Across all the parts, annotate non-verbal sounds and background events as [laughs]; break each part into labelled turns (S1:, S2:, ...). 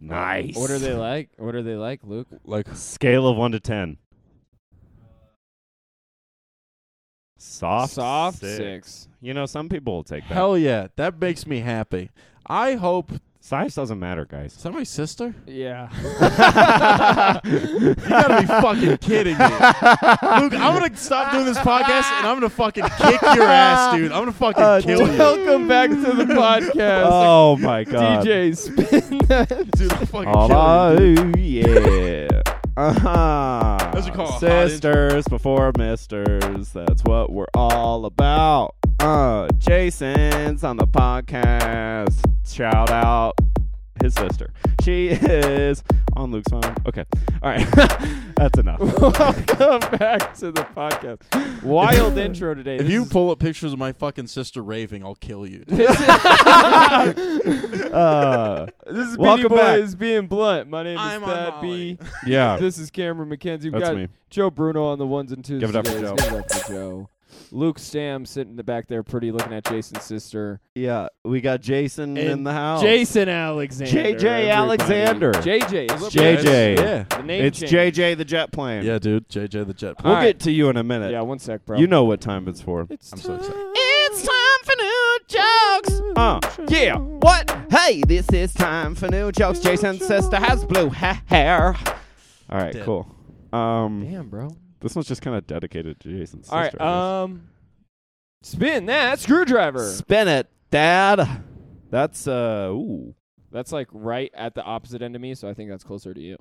S1: Nice.
S2: Order they like. Order they like. Luke.
S3: Like
S1: Scale of one to ten. Soft.
S2: Soft
S1: six.
S2: six.
S1: You know, some people will take that.
S3: hell yeah, that makes me happy. I hope
S1: Size doesn't matter, guys.
S3: is that my sister?
S2: Yeah.
S3: [laughs] You gotta be fucking kidding me. Luke, I'm gonna stop doing this podcast and I'm gonna fucking kick your ass, dude. I'm gonna fucking
S1: Uh,
S3: kill you.
S2: [laughs] Welcome back
S1: [laughs]
S2: to the podcast.
S1: oh my god.
S2: DJ spin that.
S1: [laughs]
S3: Dude, I'm fucking
S1: Oh
S3: kill you.
S1: yeah.
S2: [laughs]
S1: Uh-huh.
S3: That's what you call a hot intro.
S1: Sisters before misters. That's what we're all about. Uh, Jason's on the podcast. Shout out his sister. She is on Luke's phone. Okay. All right. [laughs] That's enough.
S2: [laughs] Welcome back to the podcast. Wild intro today.
S3: If
S2: This
S3: you
S2: is-
S3: pull up pictures of my fucking sister raving, I'll kill you. dude.
S2: [laughs] this is,
S1: [laughs] Uh,
S2: this is Beanie
S1: Welcome back.
S2: Boys being blunt. My name is
S3: I'm on
S2: Thad B.
S1: [laughs] yeah.
S2: [laughs] This is Cameron McKenzie. We've
S1: That's
S2: got
S1: me.
S2: Joe Bruno on the ones and twos.
S1: Give it up for
S2: today.
S1: Joe.
S2: Give it up for Joe. Luke Stam sitting in the back there, pretty, looking at Jason's sister.
S1: Yeah. We got Jason [laughs] in
S2: And
S1: the house.
S2: Jason Alexander.
S1: JJ
S2: everybody.
S1: Alexander.
S2: JJ.
S1: It's
S2: It's
S1: JJ.
S3: Yeah.
S2: The name
S1: It's
S2: change.
S1: JJ the jet plane.
S3: Yeah, dude. JJ the Jet.
S1: We'll
S2: All right.
S1: get to you in a minute.
S2: Yeah, one sec, bro.
S1: You know what time it's for.
S2: It's
S3: I'm so excited.
S2: time.
S1: It's time for new jokes. Uh, yeah. What? Hey, this is time for new jokes. Jason's sister has blue hair. All right,
S3: Dead.
S1: cool. Um,
S2: Damn, bro.
S1: this one's just kind of dedicated to Jason's
S2: All right.
S1: sister. I
S2: Um, spin that
S1: guess.
S2: screwdriver.
S1: um, spin it, Dad. That's uh, ooh,
S2: That's like right at the opposite end of me, so I think that's closer to you.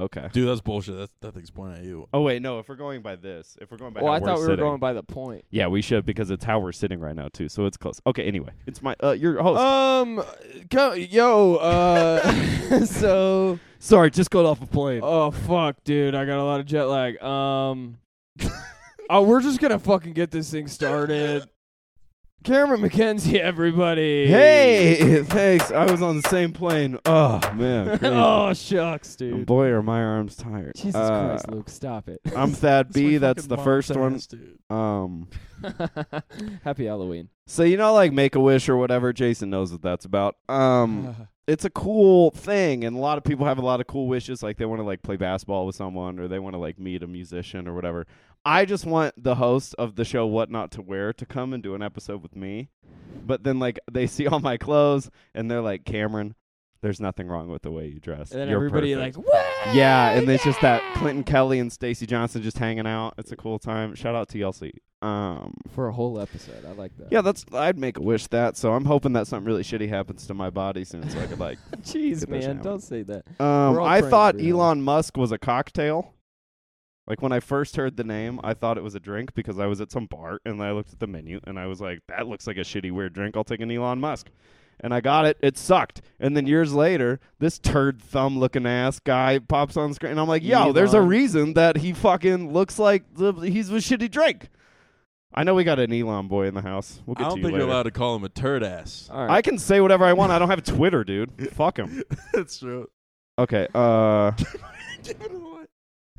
S1: okay.
S3: Dude, that's bullshit. That, that thing's pointing at you.
S1: Oh wait, no. If we're going by this, if we're going by
S2: well,
S1: how
S2: I thought we were
S1: sitting-
S2: going by the point.
S1: Yeah, we should because it's how we're sitting right now too. So it's close. Okay. Anyway, it's my uh, your host.
S2: Um, go, yo, uh, [laughs] so,
S1: Sorry, just got off a plane.
S2: oh fuck, dude, I got a lot of jet lag.
S1: [laughs]
S2: Um, oh, we're just gonna fucking get this thing started. Cameron McKenzie, everybody. [laughs]
S1: Hey, [laughs] thanks. I was on the same plane. Oh man. crazy.
S2: oh shucks,
S1: And
S2: dude.
S1: boy, are my arms tired.
S2: Jesus
S1: Uh,
S2: Christ, Luke, stop it.
S1: I'm Thad B. That's the first one.
S3: Dude.
S1: Um,
S2: [laughs] Happy Halloween.
S1: so you know, like Make a Wish or whatever. Jason knows what that's about. Um, it's a cool thing, and a lot of people have a lot of cool wishes. Like they want to like play basketball with someone, or they want to like meet a musician or whatever. I just want the host of the show What Not to Wear to come and do an episode with me. But then like they see all my clothes, and they're like, Cameron, there's nothing wrong with the way you dress.
S2: And then
S1: You're
S2: everybody
S1: perfect.
S2: like, "Whoa,
S1: Yeah, and it's just that
S2: yeah."
S1: Clinton Kelly and Stacey Johnson just hanging out. It's a cool time. Shout out TLC. Um,
S2: for a whole episode. I like that.
S1: yeah, that's I'd make a wish that. So I'm hoping that something really shitty happens to my body soon, so I could like.
S2: [laughs] Jeez,
S1: Get those
S2: man,
S1: out.
S2: don't say that.
S1: Um,
S2: all
S1: I
S2: praying
S1: thought
S2: for you.
S1: Elon Musk was a cocktail. Like when I first heard the name, I thought it was a drink because I was at some bar and I looked at the menu and I was like, "That looks like a shitty weird drink. I'll take an Elon Musk." And I got it. It sucked. And then years later, this turd thumb looking ass guy pops on screen, and I'm like, "Yo, there's a
S2: Elon.
S1: reason that he fucking looks like the, he's a shitty drink." I know we got an Elon boy in the house. We'll
S3: I
S1: get
S3: don't
S1: to
S3: think
S1: you
S3: you're
S1: later.
S3: allowed to call him a turd ass.
S2: All
S1: I
S2: right.
S1: can say whatever I want. I don't have Twitter, dude. Fuck him. [laughs]
S3: that's true.
S1: Okay. Uh.
S3: Give it away.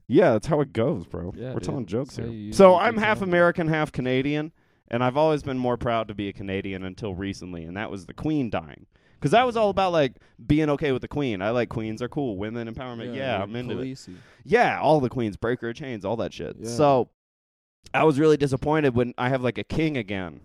S1: Yeah, that's how it goes, bro.
S2: Yeah,
S1: We're
S2: dude.
S1: telling jokes
S2: That's how
S1: here.
S2: you use
S1: So
S2: it.
S1: I'm
S2: Good
S1: half
S2: job.
S1: American, half Canadian, and I've always been more proud to be a Canadian until recently, and that was the Queen dying. Because I was all about like being okay with the Queen. I like queens are cool, women empowerment. Yeah, I'm into it. Yeah, all the queens, breaker of chains, all that shit.
S2: Yeah.
S1: So I was really disappointed when I have like a king again.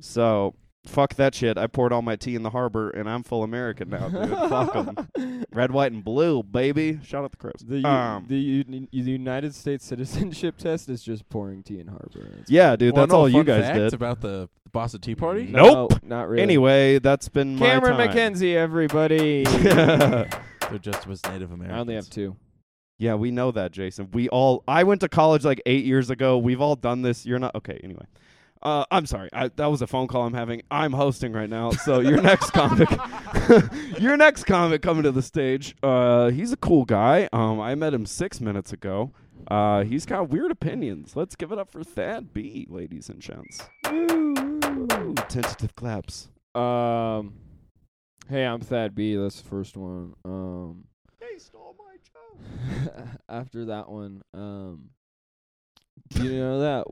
S1: So fuck that shit. I poured all my tea in the harbor, and I'm full American now, dude. fuck 'em.
S2: [laughs]
S1: Red, white, and blue, baby. Shout out the Crips.
S2: The, U-
S1: Um,
S2: the, U- the United States citizenship [laughs] test is just pouring tea in harbor. It's-
S1: Yeah, dude, that's all you guys
S3: fact
S1: did.
S3: about the Boston Tea Party.
S1: No. Nope.
S2: No, not really.
S1: Anyway, that's been
S2: Cameron
S1: my time. [laughs]
S2: McKenzie, everybody.
S3: They're just was Native Americans.
S2: I only have two.
S1: yeah, we know that, Jason. We all I went to college like 8 years ago. We've all done this. You're not Okay, anyway. Uh, I'm sorry. I, that was a phone call I'm having. I'm hosting right now. So your next comic, [laughs] your next comic coming to the stage. Uh, he's a cool guy. Um, I met him six minutes ago. Uh, he's got weird opinions. Let's give it up for Thad B, ladies and gents. Ooh, tentative claps.
S2: Um, hey, I'm Thad B. That's the first one. Um,
S1: They stole my job.
S2: [laughs] after that one, um, you know that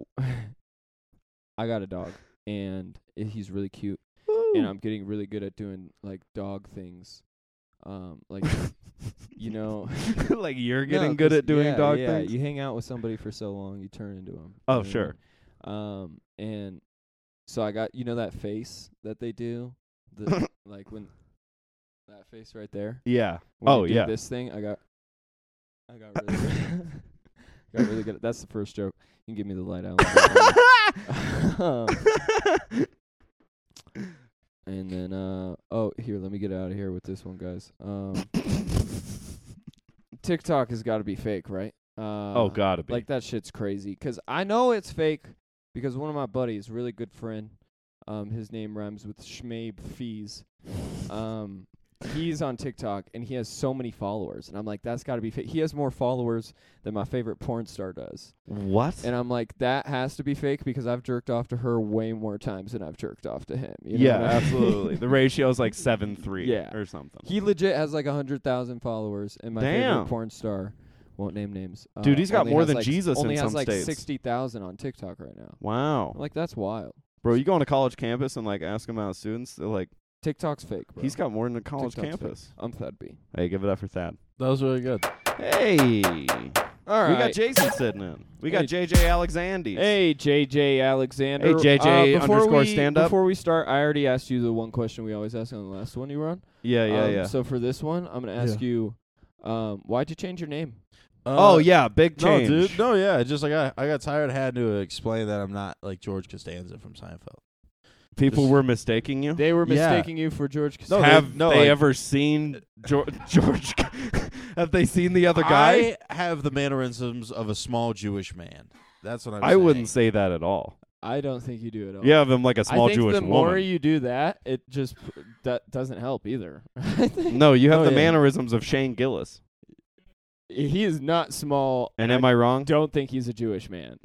S2: [laughs] I got a dog, and he's really cute. and I'm getting really good at doing like dog things. Um,
S1: [laughs]
S2: like you know,
S1: like you're
S2: [laughs] No,
S1: getting good
S2: 'cause-
S1: at doing
S2: yeah,
S1: dog
S2: yeah,
S1: things.
S2: You hang out with somebody for so long, you turn into them.
S1: Oh, sure.
S2: Um, and so I got you know that face that they do,
S1: [laughs]
S2: the, like when that face right there. [laughs]
S1: yeah.
S2: When
S1: Oh,
S2: they do
S1: yeah.
S2: This thing I got. I got
S1: [laughs]
S2: really. good. [laughs] got really good. At, that's the first joke. You can give me the light
S1: [laughs]
S2: out. and then uh oh here let me get out of here with this one guys.
S1: [coughs]
S2: Um, TikTok has got to be fake, right? Uh,
S1: oh, gotta be.
S2: Like that shit's crazy because I know it's fake because one of my buddies, really good friend, um, his name rhymes with Schmabe Fees. Um, he's on TikTok and he has so many followers, and I'm like, that's got to be fake. He has more followers than my favorite porn star does,
S1: what?
S2: and I'm like, that has to be fake because I've jerked off to her way more times than I've jerked off to him. You know
S1: yeah,
S2: what I mean?
S1: absolutely. the ratio's
S2: [laughs]
S1: like seven three
S2: Yeah.
S1: or something.
S2: [laughs] He legit has like a hundred thousand followers, and my
S1: Damn.
S2: favorite porn star won't name names. uh,
S1: Dude, he's got
S2: only
S1: more
S2: has,
S1: than
S2: like,
S1: Jesus in
S2: Only has
S1: some
S2: like
S1: states.
S2: sixty thousand on TikTok right now.
S1: wow.
S2: I'm like that's wild.
S1: Bro, you go on a college campus and like ask them out students, they're like,
S2: TikTok's fake, bro.
S1: he's got more than a college
S2: TikTok's fake.
S1: campus.
S2: I'm Thudby.
S1: Hey, give it up for Thad.
S3: That was really good. Uh,
S1: Hey.
S2: All right.
S1: We got Jason sitting in. We got JJ Alexandy.
S2: Hey JJ Alexander.
S1: Hey, JJ
S2: uh, before
S1: underscore
S2: we-
S1: stand up.
S2: Before we start, I already asked you the one question we always ask on the last one you were on.
S1: Yeah, yeah,
S2: Um,
S1: yeah.
S2: So for this one, I'm gonna ask you, um, why'd you change your name? uh,
S1: oh yeah, big
S3: No,
S1: change.
S3: dude. No, yeah. it's Just like I, I got tired. Had to explain that I'm not like George Costanza from Seinfeld.
S1: People
S3: Just-
S1: were mistaking you.
S2: They were
S3: Yeah.
S2: mistaking you for George. Costanza.
S3: No, they-
S1: have
S3: no,
S1: they
S3: like-
S1: ever seen George? [laughs] George have they seen the other guy?
S3: I have the mannerisms of a small Jewish man. That's what I'm.
S1: I,
S3: saying.
S1: wouldn't say that at all.
S2: I don't think you do at all.
S1: You have him like a small
S2: I think
S1: Jewish
S2: the more
S1: woman.
S2: you do that, it just pr- that doesn't help either. [laughs] I
S1: [laughs]
S2: think
S1: no, you have
S3: No,
S1: the
S3: yeah.
S1: mannerisms of Shane Gillis.
S2: he is not small,
S1: And am I wrong?
S2: don't think he's a Jewish man.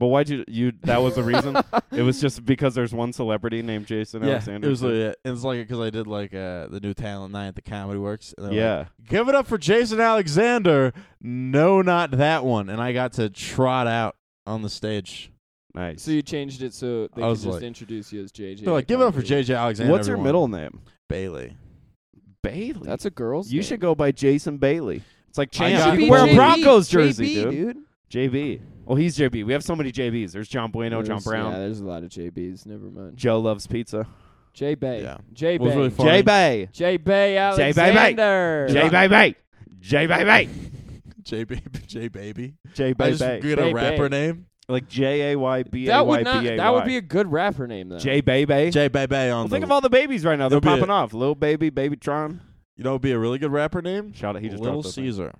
S1: But why'd you you? That was the
S2: [laughs]
S1: reason. it was just because there's one celebrity named Jason
S3: Yeah,
S1: Alexander.
S3: it was like, yeah, and it's like because I did like uh, the new talent night at the Comedy Works. And they're like,
S1: yeah.
S3: give it up for Jason Alexander. No, not that one. And I got to trot out on the stage.
S1: Nice.
S2: so you changed it so they
S3: I
S2: could
S3: was
S2: just
S3: like-
S2: introduce you as JJ.
S3: They're like, give it up for
S2: Conklin."
S3: JJ Alexander.
S1: What's your
S3: everyone."
S1: middle name?
S3: Bailey?
S1: Bailey.
S2: That's a girl's.
S1: you
S2: name.
S1: should go by Jason Bailey. It's like
S3: I
S1: Champ.
S3: got-
S1: You
S3: Should
S1: can
S3: be
S1: wear a
S3: JB.
S1: Broncos jersey,
S2: JB,
S1: dude. JB. Well, he's JB. We have so many JBs. There's John Bueno, John
S2: There's-
S1: Brown.
S2: Yeah, there's a lot of JBs. Never mind.
S1: Joe loves pizza.
S2: J Bay.
S3: Yeah.
S2: J
S3: What was really
S2: Bay.
S3: funny-
S1: J
S3: Fine.
S1: Bay. J
S2: J Bay
S1: Bay Bay.
S2: Alexander.
S1: J Bay Bay. J Bay Bay.
S3: J baby. [laughs] J baby.
S1: J
S3: I
S1: Bay
S3: just
S1: Bay.
S3: get a
S2: Bay
S3: rapper
S2: Bay.
S3: name.
S1: Like J A Y B A
S2: That
S1: Y
S2: would
S1: B
S2: not.
S1: A Y.
S2: That would be a good rapper name though.
S1: J Bay Bay.
S3: J baby on
S1: Well, think
S3: the.
S1: of all the babies right now. They're
S3: It'll be
S1: popping off. Lil Baby, Baby Tron.
S3: you know, what'd be a really good rapper name.
S1: Shout out. He just
S3: Little
S1: dropped those names.
S3: Caesar.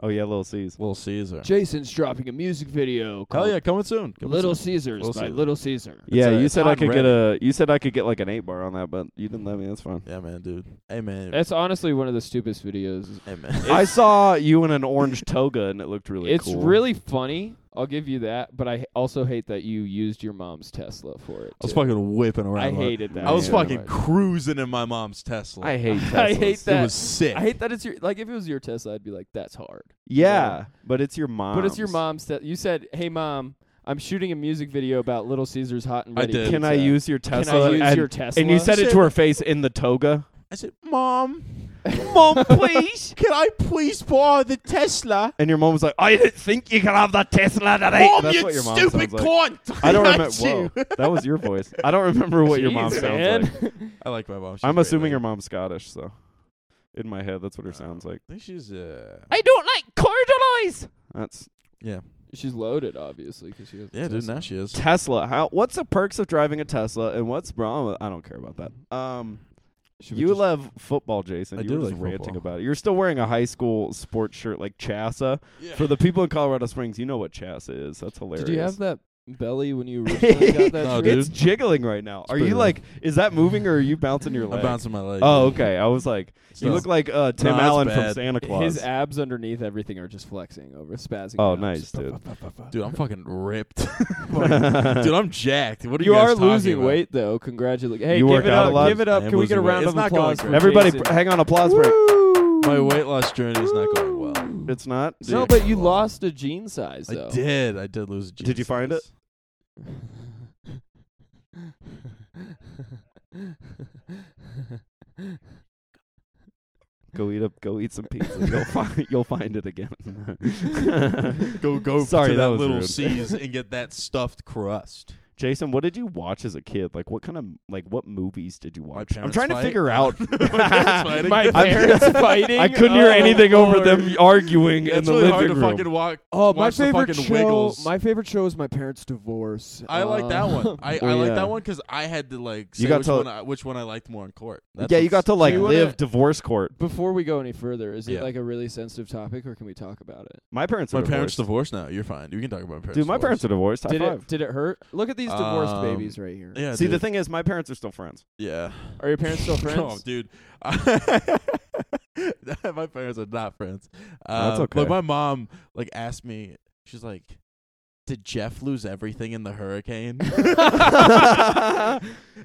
S1: Oh yeah, Little C's.
S3: Little Caesar.
S2: Jason's dropping a music video.
S3: Hell
S2: called
S3: yeah, coming soon. Coming
S2: Little
S3: soon.
S2: Caesars
S3: Little
S2: by
S3: Caesar.
S2: Little Caesar.
S1: Yeah,
S3: uh,
S1: you
S3: it's
S1: said I
S3: on
S1: could get a. You said I could get like an eight bar on that, but you didn't let me. That's fine.
S3: Yeah, man, dude. Hey, man.
S2: That's honestly one of the stupidest videos.
S1: [laughs]
S3: hey, man. [laughs]
S1: I saw you in an orange toga, and it looked really
S2: it's
S1: cool.
S2: really funny. I'll give you that, but I h- also hate that you used your mom's Tesla for it.
S3: I was
S2: too.
S3: fucking whipping around.
S2: I
S3: like-
S2: hated that.
S3: I was
S1: Yeah.
S2: so
S3: fucking
S2: much.
S3: cruising in my mom's Tesla.
S1: I hate. Teslas.
S2: I hate that.
S3: It was sick.
S2: I hate that it's your like if it was your Tesla, I'd be like, that's hard.
S1: Yeah, but it's your mom.
S2: But it's your mom's. Te- you said, hey mom, I'm shooting a music video about Little Caesars hot and
S3: I
S2: ready.
S3: did.
S1: Can I
S2: pizza.
S1: use your
S2: Can I
S1: Tesla?
S2: use
S1: and,
S2: your Tesla?
S1: and you said it
S3: Shit.
S1: to her face in the toga.
S3: I said, Mom,
S2: [laughs]
S1: Mom, please.
S3: can I please borrow the Tesla?
S1: And your mom was like, "I didn't think you could have that Tesla today."
S3: Mom,
S1: That's
S3: you
S1: what your mom
S3: stupid
S1: sounds like.
S3: cunt! [laughs]
S1: I don't remember.
S3: got
S1: Whoa,
S3: you.
S1: that was your voice. I don't remember what your mom
S2: Jeez,
S1: sounds
S2: man.
S1: like.
S2: [laughs]
S3: I like my mom. She's
S1: I'm
S3: great
S1: assuming
S3: lady.
S1: your mom's Scottish, so in my head, that's what her sounds like.
S3: I think she's uh.
S1: I don't like cordialize. That's
S3: yeah,
S2: She's loaded, obviously, because she has. a
S3: yeah, dude.
S2: Tesla.
S3: Now she is.
S1: Tesla. How? What's the perks of driving a Tesla, and what's wrong with? I don't care about that. Um,
S2: Should we
S1: you
S2: just-
S1: love football, Jason.
S3: I
S1: you
S3: do
S1: were just
S3: like
S1: ranting
S3: football.
S1: about it. You're still wearing a high school sports shirt like Chassa.
S3: Yeah.
S1: For the people in Colorado Springs, you know what Chassa is. That's hilarious.
S2: Did you have that belly
S3: [laughs]
S2: when you originally got that?
S3: No,
S2: shirt?
S3: Oh, dude.
S1: It's jiggling right now. Are
S3: pretty
S1: you
S3: rough.
S1: like? Is that moving or are you bouncing your
S3: I'm
S1: leg?
S3: bouncing my leg.
S1: Oh, okay. I was like, you
S3: No.
S1: look like uh, Tim
S3: that's
S1: Allen from
S3: bad.
S1: Santa Claus.
S2: His abs underneath everything are just flexing over spazzing.
S1: oh,
S2: out.
S1: nice,
S2: Just
S1: dude.
S3: dude. I'm fucking ripped. [laughs]
S1: [laughs]
S3: dude, I'm jacked. What are you?
S2: You
S3: guys
S2: are
S3: talking
S2: losing
S3: about?
S2: weight though. Congratulations. Hey,
S1: You work
S2: give it
S1: out a lot?
S2: up. Give it
S3: I
S2: up.
S3: am
S2: Can we get a
S3: losing weight.
S2: round
S3: It's
S2: of
S3: not going
S2: applause?
S3: great.
S2: for
S1: Everybody,
S2: Jason?
S1: pr- hang on, applause break.
S3: My weight loss journey is not going well.
S1: It's not.
S2: No, but you lost a jean size though.
S3: I did. I did lose.
S1: Did you find it? Go eat up. Go eat some pizza.
S3: [laughs]
S1: You'll find. You'll find it again.
S3: go
S1: [laughs]
S3: go
S1: Sorry,
S3: to
S1: that
S3: that,
S1: was
S3: little
S1: rude.
S3: C's and get that stuffed crust.
S1: Jason, what did you watch as a kid? Like, what kind of like what movies did you
S3: My
S1: watch? I'm
S3: parents
S1: trying to
S3: fight. [laughs]
S1: figure out. [laughs]
S3: parents fighting.
S2: My
S1: I'm-
S2: parents fighting.
S1: I couldn't hear
S2: Oh,
S1: anything over
S2: Lord.
S1: them arguing in
S3: it's
S1: the
S3: really hard
S1: living
S3: to
S1: room.
S3: fucking walk.
S2: [laughs] Oh, my
S3: Watch the
S2: favorite
S3: fucking
S2: show.
S3: Wiggles.
S2: My favorite show is My Parents' Divorce. Um,
S3: I like that
S2: [laughs]
S3: one.
S1: [laughs]
S3: I, I
S1: Oh,
S3: like
S1: yeah.
S3: that one because I had to like say
S1: You got
S3: which
S1: to-
S3: one I, which one I liked more on court. That's
S1: yeah, you got
S3: what's-
S1: to like
S2: Do you wanna-
S1: live divorce court.
S2: Before we go any further, is
S3: Yeah.
S2: it like a really sensitive topic, or can we talk about it?
S1: My parents. Are
S3: My parents
S1: divorced.
S3: divorced now. You're fine. You can talk about my parents.
S1: Dude, my parents are divorced.
S3: divorced.
S1: High
S2: did
S1: five.
S2: it? Did it hurt? Look at these divorced
S3: Um,
S2: babies right here.
S3: [laughs] Yeah.
S1: See,
S3: dude.
S1: the thing is, my parents are still
S3: [laughs]
S1: friends. [laughs]
S3: Yeah.
S2: Are your
S3: [laughs]
S2: parents still friends?
S3: Oh, dude. my parents are not friends. Uh,
S1: That's okay.
S3: Like my mom, like asked me. She's like, "Did Jeff lose everything in
S1: [laughs]
S3: the hurricane?"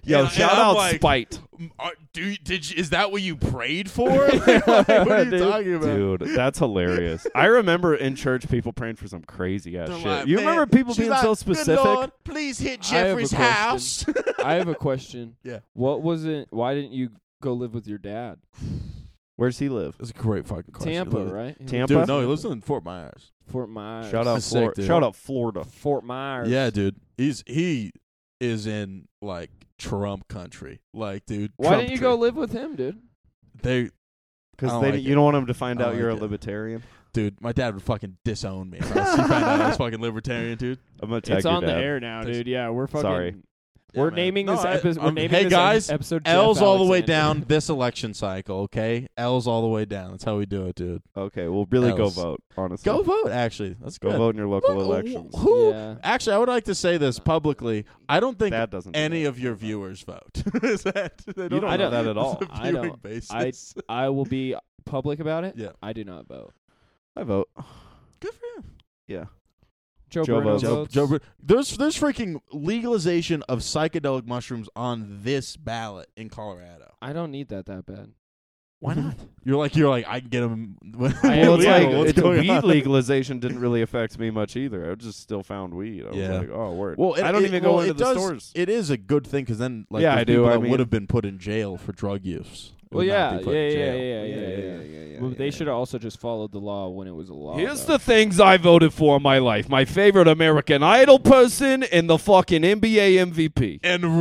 S1: Yo,
S3: And- and
S1: shout
S3: I'm
S1: out
S3: like, [laughs]
S1: Spite,
S3: "Mm, are- do you- did you, is that what you prayed
S1: [laughs]
S3: for? [laughs] Like, what are you
S2: Dude.
S3: talking about?
S1: dude. That's hilarious. I remember in church people praying for some crazy ass
S3: They're
S1: shit.
S3: like,
S1: you
S3: "Man,"
S1: remember people
S3: she's
S1: being
S3: like,
S1: so
S3: "Good
S1: specific?
S3: Lord, please hit
S2: I have a
S3: Jeffrey's
S2: question.
S3: house. [laughs]
S2: I have a question.
S3: Yeah.
S2: What was it? Why didn't you go live with your dad?
S1: Where does he live?
S3: That's a great fucking question.
S2: Tampa, right? He was-
S1: Tampa?
S3: Dude, no, he lives in Fort Myers.
S2: Fort Myers.
S1: Shout out,
S3: That's sick,
S1: Flor-
S3: dude.
S1: shout out Florida.
S2: Fort Myers.
S3: Yeah, dude. He's he is in like Trump country. Like, dude.
S2: Why
S3: Trump
S2: didn't you
S3: tree.
S2: go live with him, dude?
S3: They, I
S1: Because
S3: don't
S1: they,
S3: like
S1: you don't want them to find
S3: I
S1: out
S3: don't
S1: you're
S3: like
S1: a
S3: it.
S1: libertarian.
S3: dude. My dad would fucking disown me. If I was- he found [laughs] out I was fucking libertarian, dude.
S1: I'm gonna tag
S2: it's
S1: your
S2: on the
S1: dad.
S2: air now,
S3: There's-
S2: dude. Yeah, we're fucking.
S1: Sorry.
S3: Yeah,
S2: We're
S3: man.
S2: naming
S3: No,
S2: this
S3: I-
S2: episode. We're
S3: I'm-
S2: naming
S3: hey,
S2: this
S3: guys,
S2: episode. Jeff
S3: L's all the way
S2: Alexander.
S3: down this election cycle, okay? L's all the way down. That's how we do it, dude.
S1: Okay, well, really go
S3: Else.
S1: vote. Honestly,
S3: Go vote, actually. Let's
S1: Go vote in your local elections.
S3: Who?
S2: Yeah.
S3: Actually, I would like to say this publicly. I don't think
S1: That doesn't. do
S3: any
S1: that.
S3: of [laughs] your viewers vote. [laughs] Is that? They
S1: You don't
S2: I
S1: know
S2: don't-
S1: that at all.
S3: It's a
S2: I
S3: viewing
S2: don't-
S3: basis.
S2: [laughs] I will be public about it.
S3: Yeah.
S2: I do not vote.
S1: I vote.
S3: Good for him.
S1: Yeah.
S2: Joe,
S1: Joe
S2: Bruno
S1: votes.
S3: Joe,
S2: votes.
S3: Joe, Bro- there's there's freaking legalization of psychedelic mushrooms on this ballot in Colorado.
S2: I don't need that that bad.
S3: Why not? You're like you're like I can get [laughs] them.
S2: am
S1: Well, it's
S2: Yeah,
S1: like
S2: well, what's
S1: it's weed
S3: [laughs]
S1: legalization didn't really affect me much either. I just still found weed. I was
S3: Yeah.
S1: like, oh, word.
S3: Well, it-
S1: I don't
S3: it-
S1: even
S3: well,
S1: go into
S3: it
S1: the
S3: does-
S1: stores.
S3: It is a good thing because then like
S1: Yeah,
S3: there's
S1: I do,
S3: people
S1: I
S3: that
S1: mean-
S3: would have been put in jail for drug use. It
S2: Well,
S3: would not
S2: yeah,
S3: be
S2: yeah,
S3: put in
S2: yeah, yeah,
S3: jail.
S2: yeah, yeah, yeah, Well, they should have also just followed the law when it was a law.
S1: Here's
S2: though.
S1: the things I voted for in my life: my favorite American Idol person and the fucking NBA MVP.
S3: And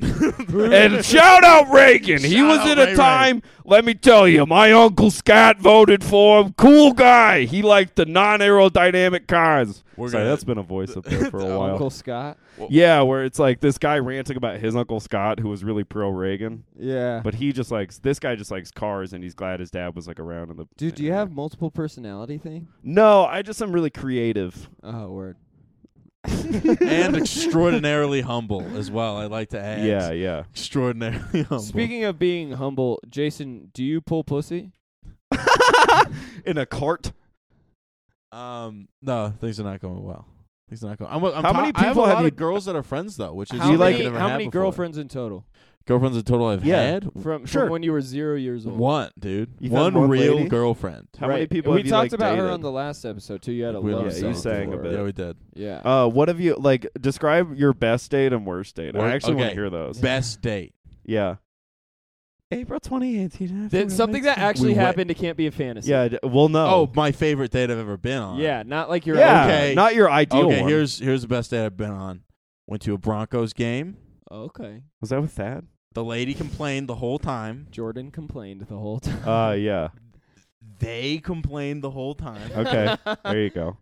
S3: Reagan.
S1: [laughs] And shout out Reagan. he
S3: Shout
S1: was
S3: out
S1: in
S3: Ray
S1: a
S3: Ray.
S1: time, let me tell you, my Uncle Scott voted for him. Cool guy. He liked the non aerodynamic cars.
S3: We're
S1: Sorry,
S3: gonna-
S1: that's been a voice up there for a
S3: The
S1: while.
S2: Uncle Scott.
S1: Yeah, where it's like this guy ranting about his Uncle Scott, who was really pro Reagan.
S2: Yeah.
S1: But he just likes, this guy just likes cars, and he's glad his dad was like around in the.
S2: Dude, do you have multiple personality thing?
S1: No, I just am really creative.
S2: Oh, word.
S3: [laughs] and extraordinarily humble as well. I like to add.
S1: Yeah, yeah.
S3: extraordinarily humble.
S2: Speaking of being humble, Jason, do you pull pussy?
S1: in a cart.
S3: um, no, things are not going well. Things are not going. I'm, I'm
S1: How many
S3: I have a
S1: people have
S3: lot
S1: you-
S3: of girls that are friends though, which is
S2: How
S1: you like-
S2: many,
S3: I've never
S2: how
S3: had
S2: many
S3: before.
S2: girlfriends in total?
S3: Girlfriends in total I've
S1: Yeah.
S3: had.
S2: From,
S1: Sure.
S2: from when you were zero years old.
S3: One, dude.
S1: You've had
S3: one,
S1: one
S3: real
S1: lady?
S3: girlfriend.
S1: How
S2: Right.
S1: many people
S2: We
S1: have you,
S2: talked
S1: like,
S2: about her
S1: dated?
S2: on the last episode too. You had a
S3: We
S2: love
S3: love
S1: Yeah, you
S2: song
S1: sang a
S2: for
S1: bit.
S2: her.
S3: Yeah, we did.
S2: Yeah.
S1: Uh, what have you like? Describe your best date and worst date.
S3: Wor-
S1: I actually want
S3: okay.
S1: to hear those.
S3: Best date.
S1: Yeah. April twenty eighth.
S2: That-
S1: [laughs]
S2: something that actually
S3: We went-
S2: happened. It can't be a fantasy.
S1: Yeah. d- Well, no.
S3: Oh, my favorite date I've ever been on.
S2: Yeah. Not like your
S1: yeah.
S2: own.
S3: okay.
S1: Not your ideal
S3: Okay,
S1: one.
S3: here's here's the best date I've been on. Went to a Broncos game.
S2: Okay.
S1: Was that with Thad?
S3: The lady complained the whole time.
S2: Jordan complained the whole time.
S1: Uh, yeah.
S3: They complained the whole time.
S2: [laughs]
S1: Okay. there you go.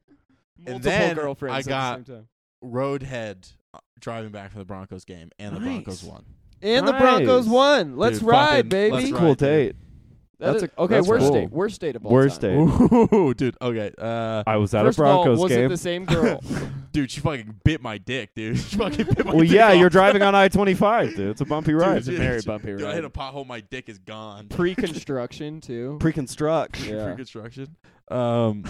S2: Multiple
S3: then
S2: girlfriends
S3: I
S2: at the
S3: got-
S2: same time.
S3: Roadhead uh, driving back from the Broncos game, and the
S1: Nice.
S3: Broncos won.
S2: And
S1: the
S2: the
S1: Nice.
S2: Broncos
S1: Broncos
S2: won. Let's
S3: Let's Dude,
S2: ride,
S3: ride, fucking-
S2: baby.
S3: baby.
S1: That's
S3: That's
S1: a
S3: right,
S1: cool
S3: dude.
S1: date.
S2: That's
S1: That's-
S2: a, okay.
S1: that's
S2: worst
S1: cool.
S2: date. Worst date of all
S1: Worst
S2: time.
S1: date.
S3: Ooh, dude. Okay. Uh,
S1: I was at
S2: First
S1: a Broncos
S2: of all, was it
S1: game.
S2: the same
S1: [laughs]
S2: girl?
S3: dude, she fucking bit my dick, dude. [laughs] She fucking bit my
S1: well,
S3: dick.
S1: yeah,
S3: off.
S1: you're driving on I twenty five, dude. It's a bumpy ride.
S3: Dude,
S2: very
S3: dude,
S2: bumpy
S3: Dude, I hit
S2: ride.
S3: a pothole. My dick is gone. [laughs]
S2: Pre-construction too.
S1: Pre-construct.
S2: yeah.
S3: Pre-construction. Um,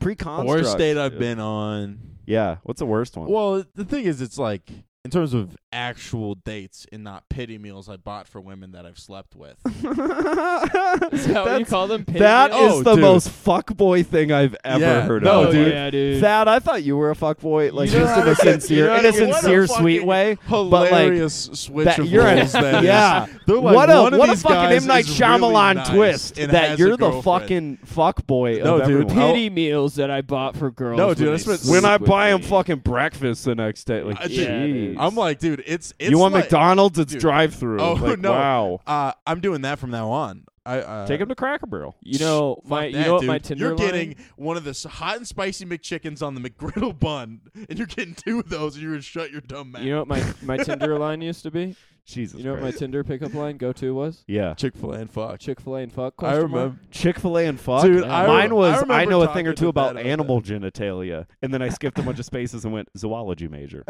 S1: Pre-construct.
S3: worst date I've
S1: dude.
S3: been on. [laughs]
S1: Yeah. What's the worst one?
S3: Well, the thing is, it's like in terms of actual dates and not pity meals I bought for women that I've
S1: [laughs]
S3: slept with.
S2: Is that what you
S1: That's-
S2: call them? Pity
S1: that is
S2: meals?
S3: Oh,
S1: the
S3: dude.
S1: most fuckboy thing I've ever
S3: Yeah,
S1: heard
S3: no,
S1: of.
S2: Oh,
S3: dude.
S2: yeah, dude.
S1: That I thought you were a fuckboy, like
S3: You
S1: just
S3: know
S1: in
S3: how
S1: a
S3: to get- you
S1: sincere,
S3: know how
S1: in
S3: to
S1: a
S3: get- what a
S1: sincere,
S3: fucking-
S1: sweet way. like,
S3: Hilarious switch
S1: that
S3: of
S1: you're an-
S3: roles that
S1: [laughs]
S3: is.
S1: yeah.
S3: They're like,
S1: what a
S3: one of
S1: what a
S3: these
S1: fucking
S3: guys
S1: M Night
S3: is really
S1: Shyamalan
S3: nice
S1: twist
S3: and
S1: that
S3: has
S1: you're
S3: a
S1: the
S3: girlfriend.
S1: fucking fuckboy.
S3: No,
S1: of
S3: dude.
S1: everyone.
S2: pity meals that I bought for girls.
S3: No, dude,
S2: when
S3: I
S2: they
S3: spent-
S2: sleep
S1: when I
S2: with
S1: buy him
S2: me.
S1: fucking breakfast the next day, like
S3: I did.
S2: Yeah,
S1: jeez.
S2: dude.
S3: I'm like, dude, it's it's
S1: you want
S3: like,
S1: McDonald's? It's
S3: dude.
S1: drive-through.
S3: Oh,
S1: [laughs] Like,
S3: no.
S1: Wow,
S3: Uh, I'm doing that from now on. I uh,
S1: take him to Cracker Barrel.
S2: You know
S3: fuck
S2: my.
S3: that,
S2: you know what
S3: dude.
S2: my Tinder
S3: You're
S2: line-
S3: getting one of the s- hot and spicy McChickens on the McGriddle bun, and you're getting two of those, and you're gonna shut your dumb mouth.
S2: You know what my
S3: [laughs]
S2: my Tinder line used to be.
S1: Jesus,
S2: you know what my Tinder pickup line go to was
S1: yeah,
S3: Chick Fil A and fuck.
S2: Chick Fil A and fuck.
S3: I
S2: question mark?
S3: remember.
S1: Chick Fil A and fuck.
S3: Dude,
S2: Yeah. I
S1: Mine
S3: rem- I
S1: was I,
S3: remember
S1: know a thing or
S3: talking
S1: two
S3: to
S1: about
S3: Matt about
S1: animal genitalia, and then I skipped a bunch of spaces and went zoology [laughs] major.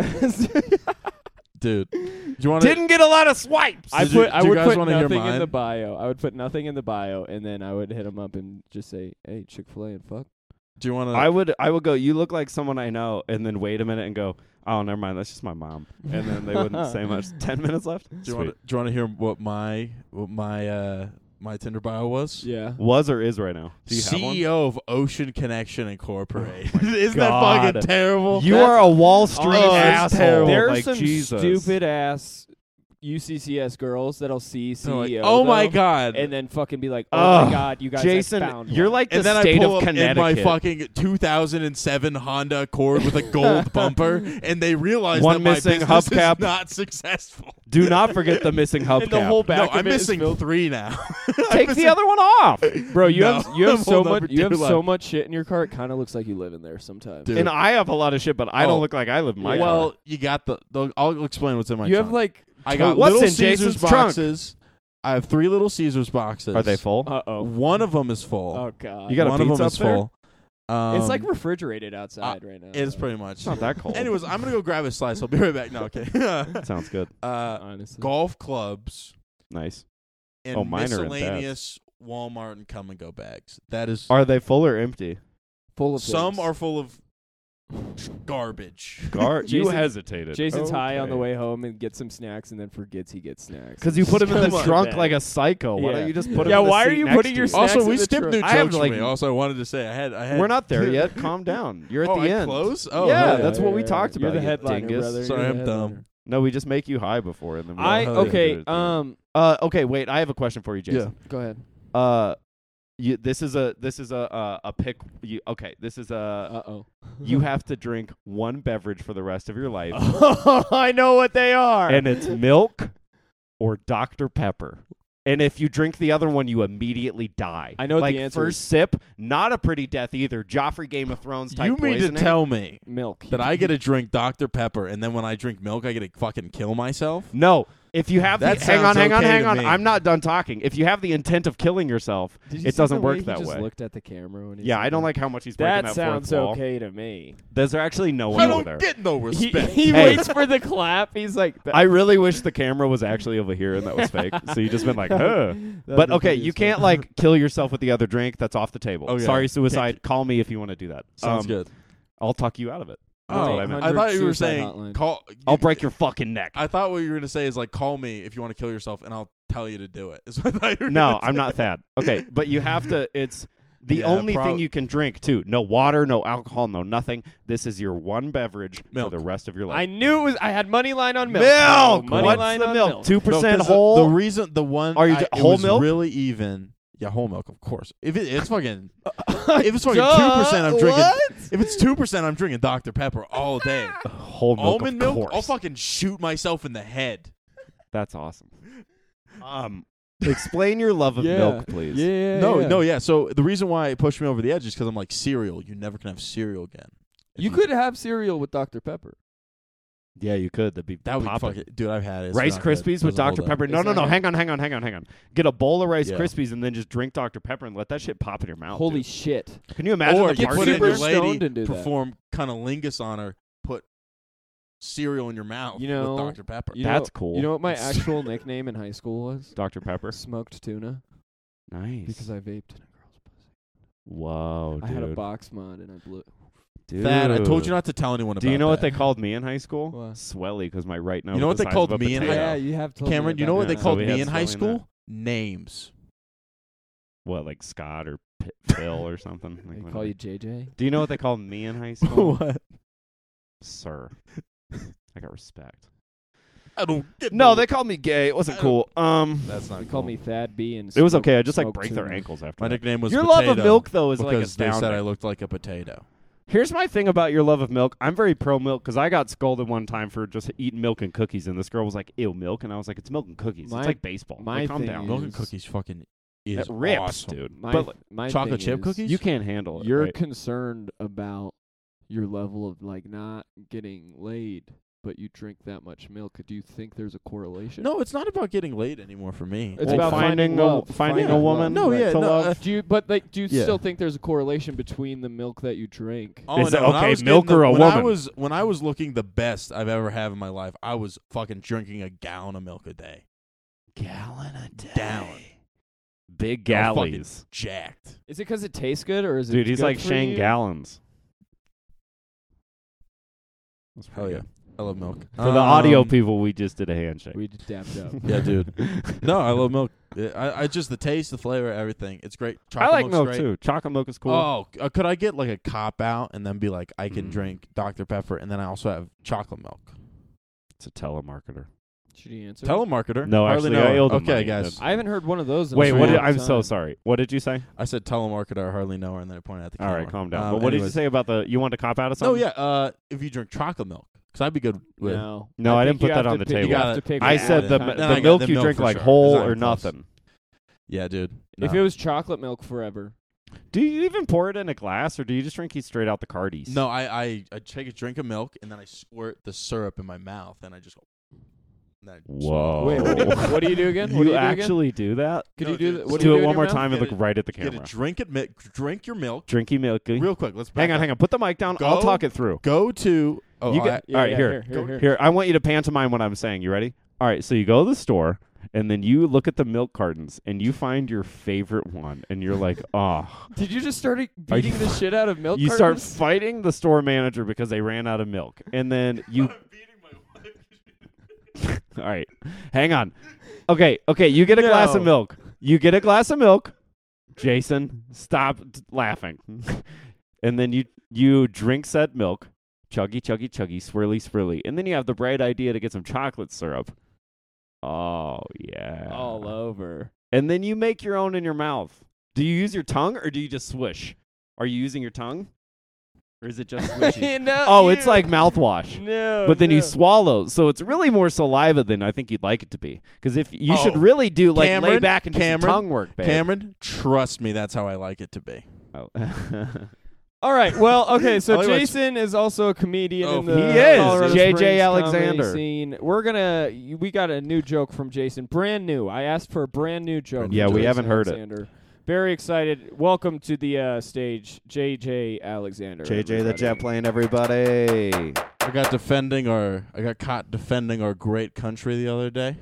S3: dude. Do you want
S1: Didn't get a lot of swipes.
S2: I
S3: Did you-
S2: put I
S3: do you
S2: would
S3: guys
S2: put
S3: wanna hear
S2: nothing in the
S3: mine?
S2: bio. I would put nothing in the bio, and then I would hit him up and just say, "Hey, Chick Fil A and fuck."
S3: Do you want to?
S1: I would I would go, you look like someone I know, and then wait a minute and go, oh, never mind, that's just my mom. And then they wouldn't say [laughs] much. Ten minutes left?
S3: Do you want?
S1: Sweet.
S3: To, do you want to hear what my what my uh my Tinder bio was?
S2: Yeah.
S1: Was or is right now? Do you have one?
S3: CEO of Ocean Connection Incorporated.
S2: Oh
S3: [laughs] Isn't that
S1: God.
S3: fucking terrible?
S1: You are a Wall Street
S3: Oh, that's
S1: asshole.
S3: terrible.
S1: There
S2: There
S1: are
S2: are
S1: like,
S2: some
S1: Jesus.
S2: stupid ass UCCS girls that'll see
S3: They're
S2: CEO.
S3: like, oh my
S2: E though,
S3: god!
S2: And then fucking be like, "Oh
S1: Ugh,
S2: my god, you guys I
S1: Jason,
S2: found
S1: you're
S2: one."
S1: like the
S3: and then
S1: state
S3: I pull
S1: of
S3: up in my
S1: Connecticut.
S3: fucking 2007 Honda
S1: [laughs]
S3: Accord with a gold bumper, and they realize
S1: One
S3: that my
S1: missing
S3: business
S1: hubcap.
S3: is not successful.
S1: [laughs] Do not forget the
S3: [laughs]
S1: missing hubcap.
S2: and the whole
S3: No,
S2: back of
S3: I'm
S2: it is
S3: missing [laughs]
S2: filled-
S1: [laughs]
S3: three now.
S1: Take the other one
S3: [laughs]
S1: off.
S2: Bro, you have
S3: No, [laughs]
S2: you have
S3: I'm
S2: so
S3: old
S2: much
S3: number
S2: you have
S3: two
S2: so
S3: left.
S2: much shit in your car. It kind of looks like you live in there sometimes.
S3: Dude.
S1: And I have a lot of shit, but I
S3: Oh.
S1: don't look like I live in my
S3: well, you got the, the. I'll explain what's in my.
S2: you have
S3: trunk.
S2: like
S3: I got
S1: What's
S3: Little
S1: in
S3: Caesars
S1: Jason's trunk?
S3: boxes. I have three Little Caesars boxes.
S1: car. Are they
S3: [laughs]
S1: full?
S2: [laughs] uh oh
S3: One of them is full.
S2: oh god.
S1: You got a
S3: One of
S1: pizza
S3: them
S1: up
S3: is
S1: there?
S3: full. Um,
S2: it's like refrigerated outside right now.
S3: it is pretty much.
S1: it's not that cold.
S3: Anyways, I'm gonna go grab a slice. I'll be right back. No,
S2: [laughs]
S3: okay. [laughs]
S1: Sounds good.
S3: uh,
S2: honestly.
S3: golf clubs
S1: Nice.
S3: and
S1: Oh, mine are in
S3: miscellaneous Walmart and come and go bags. That is.
S1: Are they full or empty?
S2: Full of
S3: some
S2: things.
S3: are full of
S2: [laughs]
S3: garbage.
S1: Gar- you
S2: Jason-
S1: hesitated.
S2: Jason's high on the
S1: Okay.
S2: way home and gets some snacks and then forgets he gets snacks.
S1: Because you put him in
S2: Come
S1: the
S2: on,
S1: trunk
S2: Ben.
S1: like a psycho. Why
S2: Yeah.
S1: don't you just put him?
S2: Yeah,
S1: in the
S2: why are
S1: seat
S2: you
S1: next
S2: putting
S1: to
S2: your
S1: you?
S2: snacks
S3: Also,
S2: in
S3: we
S2: the
S3: skipped
S2: trunk.
S3: new
S1: I have,
S3: jokes.
S1: like-
S3: for me. Also, I wanted to say I had. I had
S1: We're not
S3: [laughs]
S1: there yet. Calm down. You're at
S3: oh,
S1: the
S3: I
S1: end.
S3: close. Oh,
S1: Yeah,
S3: okay.
S1: that's what we talked
S2: You're
S1: about,
S2: the
S1: you
S2: headliner,
S1: dingus.
S2: brother.
S3: Sorry,
S2: You're
S3: I'm
S2: the
S3: dumb.
S2: headliner.
S1: No, we just make you high before, and then we
S2: I
S1: don't have to do
S2: okay.
S1: it.
S2: Um,
S1: Uh, okay. Wait, I have a question for you, Jason.
S2: go ahead.
S1: Uh, you, this is a this is a uh, a pick. You okay? This is a
S2: Uh oh.
S1: [laughs] you
S3: [laughs]
S1: have to drink one beverage for the rest of your life,
S2: [laughs] I know what they are.
S1: and it's milk or Dr Pepper. And if you drink the other one, you immediately die.
S2: I know what
S1: like,
S2: the answer
S1: First sip, not a pretty death either. Joffrey Game of Thrones type
S3: You mean to
S1: poisoning.
S3: tell me
S2: [laughs] milk
S3: that I get to drink Dr Pepper, and then when I drink milk, I get to fucking kill myself?
S1: No. If you have
S3: That
S1: the hang on,
S3: sounds
S1: hang on,
S3: okay
S1: hang
S3: to
S1: on.
S3: me.
S1: I'm not done talking. If you have the intent of killing yourself,
S2: [laughs] Did you
S1: it
S2: see
S1: doesn't
S2: the
S1: work
S2: way
S1: that
S2: he
S1: way.
S2: Just looked at the camera when he
S1: yeah,
S2: said
S1: I don't
S2: that?
S1: like how much he's breaking
S2: That,
S1: that fourth
S2: sounds
S1: wall.
S2: okay to me.
S1: There's there actually no one
S3: I
S1: over
S3: don't
S1: there.
S3: get no
S2: He,
S3: respect.
S1: [laughs]
S2: he
S1: Hey.
S2: waits for the clap. He's like,
S1: [laughs]
S2: that-
S1: I really wish the camera was actually over here and that was fake. So you just been
S3: [laughs]
S1: like, huh. But okay, you can't like kill yourself with the other drink. That's off the table.
S3: Okay.
S1: Sorry,
S3: Oh, Can't
S1: suicide. Call me if you want to do that.
S3: Sounds
S1: Um,
S3: good.
S1: I'll talk you out
S3: [laughs]
S1: of it. That's
S3: Oh,
S1: what I
S3: I,
S1: meant.
S2: meant.
S3: thought you were
S2: Suicide
S3: saying
S2: hotline.
S3: call.
S1: I'll
S3: you-
S1: break your fucking neck.
S3: I [laughs] thought what you were gonna say is like call me if you want to kill yourself, and I'll tell you to do it. [laughs] Is what I thought you were
S1: No,
S3: gonna
S1: I'm
S3: say.
S1: not Thad. Okay, but you have to. It's the
S3: Yeah,
S1: only
S3: prob-
S1: thing you can drink too. No water, no alcohol, no nothing. This is your one beverage
S3: Milk.
S1: for the rest of your
S2: I
S1: life.
S2: knew it was. I had money line on milk.
S1: Milk!
S2: No, money
S1: What's
S2: line
S1: the
S2: on
S1: milk?
S2: milk.
S1: Two
S3: No, 'cause
S1: percent
S3: the-
S1: whole.
S3: The reason the one
S1: Are you
S3: I-
S1: d-
S3: it
S1: whole
S3: was
S1: milk?
S3: really even. Yeah, whole milk, of course. If it,
S1: [laughs]
S3: it's fucking, if it's fucking
S2: Duh,
S3: two percent, I'm drinking.
S2: what?
S3: If it's two percent, I'm drinking Dr Pepper all day.
S1: [laughs] whole milk,
S3: Almond
S1: of
S3: milk, Oh, I'll
S1: course.
S3: fucking shoot myself in the head.
S1: That's awesome. Um, explain your love
S3: [laughs]
S1: of
S2: Yeah.
S1: milk, please.
S2: Yeah, yeah,
S3: no,
S2: yeah.
S3: no, yeah. So the reason why it pushed me over the edge is because I'm like cereal. You never can have cereal again. If
S2: You could have cereal with Dr Pepper.
S1: Yeah, you could. That'd be
S3: That would
S1: poppin'.
S3: fucking dude. I've had it. It's
S1: Rice
S3: not good.
S1: Krispies with
S3: Doesn't hold
S1: Dr
S3: up.
S1: Pepper. No,
S2: It's
S1: no,
S2: not
S1: no.
S2: good.
S1: Hang on, hang on, hang on, hang on. Get a bowl of Rice
S3: Yeah.
S1: Krispies and then just drink Dr Pepper and let that shit pop in your mouth.
S2: Holy
S1: dude.
S2: shit!
S1: Can you imagine
S3: or
S1: the
S3: you put it in
S1: bartender?
S3: your
S2: Super stoned
S3: lady,
S2: and do that.
S3: perform cunnilingus on her, put cereal in your mouth
S2: You know,
S3: with Dr Pepper.
S2: You know-
S1: That's cool.
S2: You know
S1: [laughs]
S2: what my actual nickname in high school was?
S1: Dr Pepper.
S2: Smoked tuna
S1: Nice.
S2: because I vaped in a girl's pussy.
S1: Whoa, dude.
S2: I had a box mod and I blew. it.
S3: Thad, I told
S1: Dude.
S3: you not to tell anyone about
S1: Do you know what they
S3: that.
S1: called me in high school?
S2: What?
S1: Swelly, because my right now.
S3: You know what they called me in high-
S2: [laughs] Yeah,
S3: Yeah.
S2: you have told
S3: Cameron, you know what they
S1: that.
S3: called
S1: So we
S3: me
S1: had
S3: in high
S1: Sterling there.
S3: school? Names.
S1: [laughs] What, like Scott or P- Phil or something? Like,
S2: They call
S1: whatever.
S2: you JJ.
S1: Do you know what they called me in
S3: [laughs]
S1: high school? Sir. [laughs] I got respect.
S3: I don't get
S1: No, they called me gay. It wasn't
S3: I don't-
S1: cool. Um,
S3: That's not
S2: They call me Thad B. And
S1: it was
S2: smoke-
S1: okay. I just like
S2: smoked
S1: break their
S2: tuna.
S1: ankles after.
S3: My
S1: that.
S3: nickname was
S1: Your
S3: potato
S1: love of milk though is like
S3: because they
S1: astounding.
S3: said I looked like a potato.
S1: Here's my thing about your love of milk. I'm very pro milk because I got scolded one time for just eating milk and cookies, and this girl was like, "Ew, milk," and I was like, "It's milk and cookies.
S2: My-
S1: it's like baseball. Like,
S2: my
S1: calm
S2: thing
S1: down."
S2: is-
S3: Milk and cookies fucking
S1: It
S3: is
S1: rips,
S3: awesome.
S1: dude.
S2: My,
S1: but like,
S2: my
S3: chocolate
S2: thing
S3: chip
S2: is,
S3: cookies?
S1: you can't handle it.
S2: You're
S1: Oh, right?
S2: concerned about your level of like not getting laid, but you drink that much milk. Do you think there's a correlation?
S3: No, it's not about getting laid anymore for me.
S2: It's
S1: Well,
S2: about
S1: finding
S2: finding
S1: a-
S2: love,
S1: finding
S3: a
S2: love,
S1: woman
S3: No, yeah, no,
S2: to love.
S3: uh,
S2: do you? But like, do you
S3: Yeah.
S2: still think there's a correlation between the milk that you drink?
S3: Oh,
S1: Is
S3: no,
S1: it
S3: when I
S1: okay,
S3: was
S1: milk
S3: getting
S1: or
S3: the-
S1: a
S3: when I
S1: woman?
S3: was when I was looking the best I've ever had in my life, I was fucking drinking a gallon of milk a day.
S1: gallon a day.
S3: Gallon.
S1: Big
S3: I was fucking
S1: galleys.
S3: jacked.
S2: Is it because it tastes good, or is it?
S1: Dude, he's
S2: good
S1: like
S2: for
S1: Shane
S2: you?
S1: Gallons. That's
S3: Hell
S1: pretty
S3: yeah,
S1: good.
S3: I love milk.
S1: For the audio
S3: Um,
S1: people, we just did a handshake.
S2: We just dapped
S1: [laughs]
S2: up.
S3: Yeah,
S2: [laughs]
S3: dude. No, I love milk. Yeah, I, I just the taste, the flavor, everything. It's great.
S1: I
S3: Chocolate
S1: like
S3: milk's
S1: milk
S3: great.
S1: too. Chocolate milk is cool.
S3: Oh, uh, could I get like a cop out and then be like, I can
S1: Mm.
S3: drink Dr Pepper and then I also have chocolate milk?
S1: It's a telemarketer.
S2: Should you answer?
S3: Telemarketer.
S1: No,
S3: Hardly
S1: actually, I
S3: know her.
S1: owe them
S3: Okay,
S1: money.
S3: guys.
S1: That's-
S2: I haven't heard one of those. In a
S1: Wait, what?
S2: long
S1: Did, I'm so
S2: time.
S1: sorry. What did you say?
S3: I said telemarketer. I hardly know her, and then I pointed at the
S1: All
S3: camera.
S1: right, calm down.
S3: Um,
S1: but what
S3: anyways.
S1: did you say about the? You want to cop out of
S3: No,
S1: something?
S3: yeah. Uh, if you drink chocolate milk, because I'd be good with.
S2: No,
S1: No, I didn't
S2: think
S1: put
S2: you
S1: that
S2: have
S1: on
S2: to
S1: the
S2: pick-
S1: table.
S2: You
S3: You
S2: have to
S3: gotta-
S2: pick.
S1: I
S2: one
S1: said
S2: at
S1: the
S2: a
S3: No,
S2: time.
S3: I
S1: the
S3: got
S1: milk
S3: the
S1: you
S3: milk
S1: drink
S3: for
S1: like
S3: sure.
S1: whole
S3: It's not
S1: or
S3: even close.
S1: nothing.
S3: Yeah, dude.
S2: If
S3: No.
S2: it was chocolate milk forever,
S1: Do you even pour it in a glass, or do you just drink it straight out the cardies?
S3: No, I, I I take a drink of milk and then I squirt the syrup in my mouth and I just. go- and I
S1: Whoa.
S2: wait, what do, you, what do you do again?
S1: You,
S2: What do you do again?
S1: actually do that?
S2: Could
S3: No,
S2: you do
S3: dude,
S2: that?
S3: just
S2: What
S1: do,
S2: you
S1: it
S2: in
S1: one
S2: your
S1: more
S2: mouth?
S1: time and
S3: Get
S1: look
S3: it-
S1: right at the
S3: Get a
S1: camera.
S3: drink at mi- drink your milk
S1: Drinky milky.
S3: real quick. Let's back
S1: Hang on,
S3: up.
S1: hang on. Put the mic down. I'll
S3: Go.
S1: talk it through.
S3: Go to oh
S1: You
S3: I-
S1: get-
S2: Yeah,
S1: All right,
S2: yeah,
S1: here.
S2: here, here.
S1: Here, I want you to pantomime what I'm saying. You ready? All right, so you go to the store and then you look at the milk cartons and you find your favorite one and you're like, [laughs] "Oh."
S2: Did you just start e-,
S1: Are you
S2: beating
S1: [laughs]
S2: the shit out of milk?
S1: You start [laughs]
S2: cartons?
S1: fighting the store manager because they ran out of milk. And then you [laughs] All right. Hang on. Okay, okay, you get a glass of
S3: No.
S1: milk. You get a glass of milk. Jason, stop t- laughing. [laughs] and then you you drink said milk. Chuggy, chuggy, chuggy, swirly, swirly. And then you have the bright idea to get some chocolate syrup. Oh, yeah.
S2: all over.
S1: [laughs] And then you make your own in your mouth. Do you use your tongue or do you just swish? Are you using your tongue? Or is it just
S3: [laughs]
S1: swishy?
S2: No,
S1: oh, it's
S2: you-
S1: like mouthwash
S2: no.
S1: but then you
S2: no.
S1: swallow. So it's really more saliva than I think you'd like it to be. Because if you should
S3: Oh.
S1: really do like lay
S3: Cameron,
S1: back and do some
S3: Cameron,
S1: tongue work, babe.
S3: Cameron, trust me, that's how I like it to be.
S1: Oh. [laughs]
S2: All right. Well, okay. So
S3: Otherwise-
S2: Jason is also a comedian
S3: Oh,
S2: in the
S1: he is.
S2: Colorado
S1: J.J.
S2: Springs
S1: Alexander.
S2: comedy scene. We're gonna we got a new joke from Jason, brand new. I asked for a brand new joke.
S1: Yeah,
S2: from
S1: we
S2: Jason
S1: haven't heard it.
S2: Alexander. Very excited. Welcome to the uh, stage, JJ Alexander. everybody.
S1: plane, [laughs] everybody.
S3: I got defending our I got caught defending our great country the other day.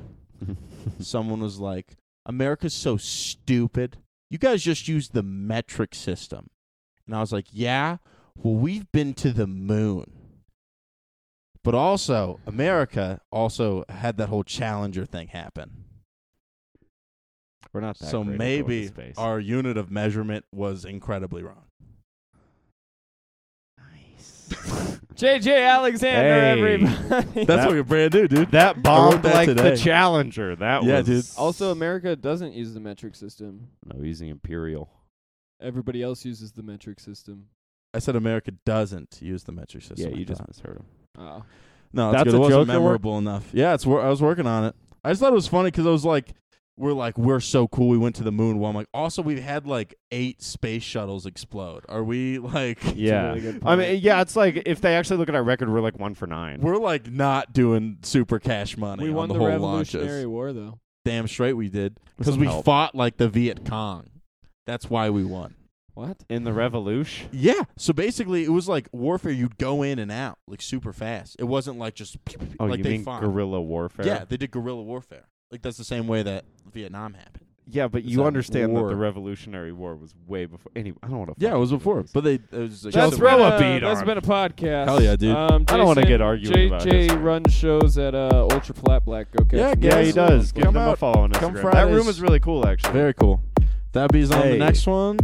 S3: Someone was like, "America's so stupid. You guys just use the metric system." And I was like, "Yeah, well we've been to the moon." But also, America also had that whole Challenger thing happen.
S1: We're not that
S3: So
S1: great at going to
S3: maybe
S1: space.
S3: our unit of measurement was
S1: [laughs]
S3: incredibly wrong.
S2: JJ Alexander,
S1: Hey.
S2: everybody.
S1: That-
S3: we're brand new,
S1: [laughs]
S3: dude.
S1: that bombed
S3: that
S1: like
S3: today.
S1: the Challenger. That
S3: Yeah,
S1: was
S3: dude.
S2: [laughs] also, America doesn't use the metric system.
S1: no using imperial.
S2: Everybody else uses the metric system.
S3: I said America doesn't use the metric system.
S1: yeah,
S3: I
S1: you just
S3: thought.
S1: misheard him.
S2: Oh.
S3: No,
S1: That's
S3: that's good.
S1: a
S3: It wasn't
S1: joke that worked?
S3: memorable enough. Yeah, it's. Wor- I was working on it. I just thought it was funny because I was like, "We're like, we're so cool. We went to the moon." Well, I'm like, also we've had like eight space shuttles explode. Are we [laughs] like,
S1: Yeah,
S2: really good
S1: I
S2: point.
S1: mean, eh, yeah, it's like if they actually look at our record, we're like one for nine.
S3: we're like not doing super cash money
S2: We
S3: on
S2: won
S3: the,
S2: the,
S3: whole
S2: Revolutionary
S3: launches?
S2: War, though.
S3: Damn straight we did because
S1: Some
S3: we
S1: help.
S3: fought like the Viet Cong. That's why we won.
S2: What?
S1: in the revolution.
S3: Yeah. So basically, it was like warfare. You'd go in and out like super fast. It wasn't like just
S1: Oh,
S3: like
S1: you
S3: they
S1: mean
S3: fought.
S1: guerrilla warfare?
S3: Yeah, they did guerrilla warfare. Like that's the same way that Vietnam happened.
S1: Yeah, but
S3: It's
S1: you
S3: a
S1: understand that
S3: war.
S1: the Revolutionary War was way before. Anyway, I don't want to.
S3: Yeah, it was before, but they. It was like
S1: That's
S2: That's
S1: Throw
S2: been
S1: a beat
S2: That's
S1: on.
S2: been a podcast.
S3: Hell yeah, dude.
S2: Um,
S1: I don't wanna
S2: Jason-
S1: get arguing
S2: JJ
S1: about history.
S2: runs shows at uh, Ultra Flat Black. Go catch
S3: Yeah,
S2: him.
S3: guys.
S1: Yeah, he does. Give
S3: Come
S1: him a
S3: out.
S1: follow on
S3: Come
S1: Instagram. that room
S3: Fridays.
S1: is really cool, actually.
S3: very cool. That bees on
S1: Hey.
S3: the next one.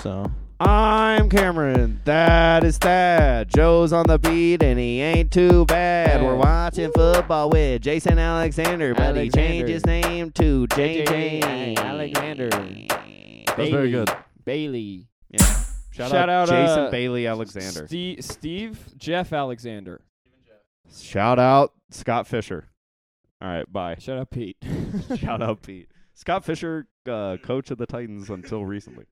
S3: So
S1: I'm Cameron. That is Thad. Joe's on the beat and he ain't too bad. We're watching football with Jason Alexander, but he changed
S2: Alexander.
S1: his name to
S2: JJ
S1: JJ
S2: Alexander.
S3: that was very good.
S2: Bailey.
S1: Shout,
S2: Shout
S1: out,
S2: out,
S1: Jason
S2: uh,
S1: Bailey Alexander.
S2: Ste- Steve Jeff Alexander.
S1: Shout out Scott Fisher. All right, bye. [laughs]
S2: Shout out Pete.
S1: Shout out Pete. Scott Fisher, uh, coach of the Titans until recently.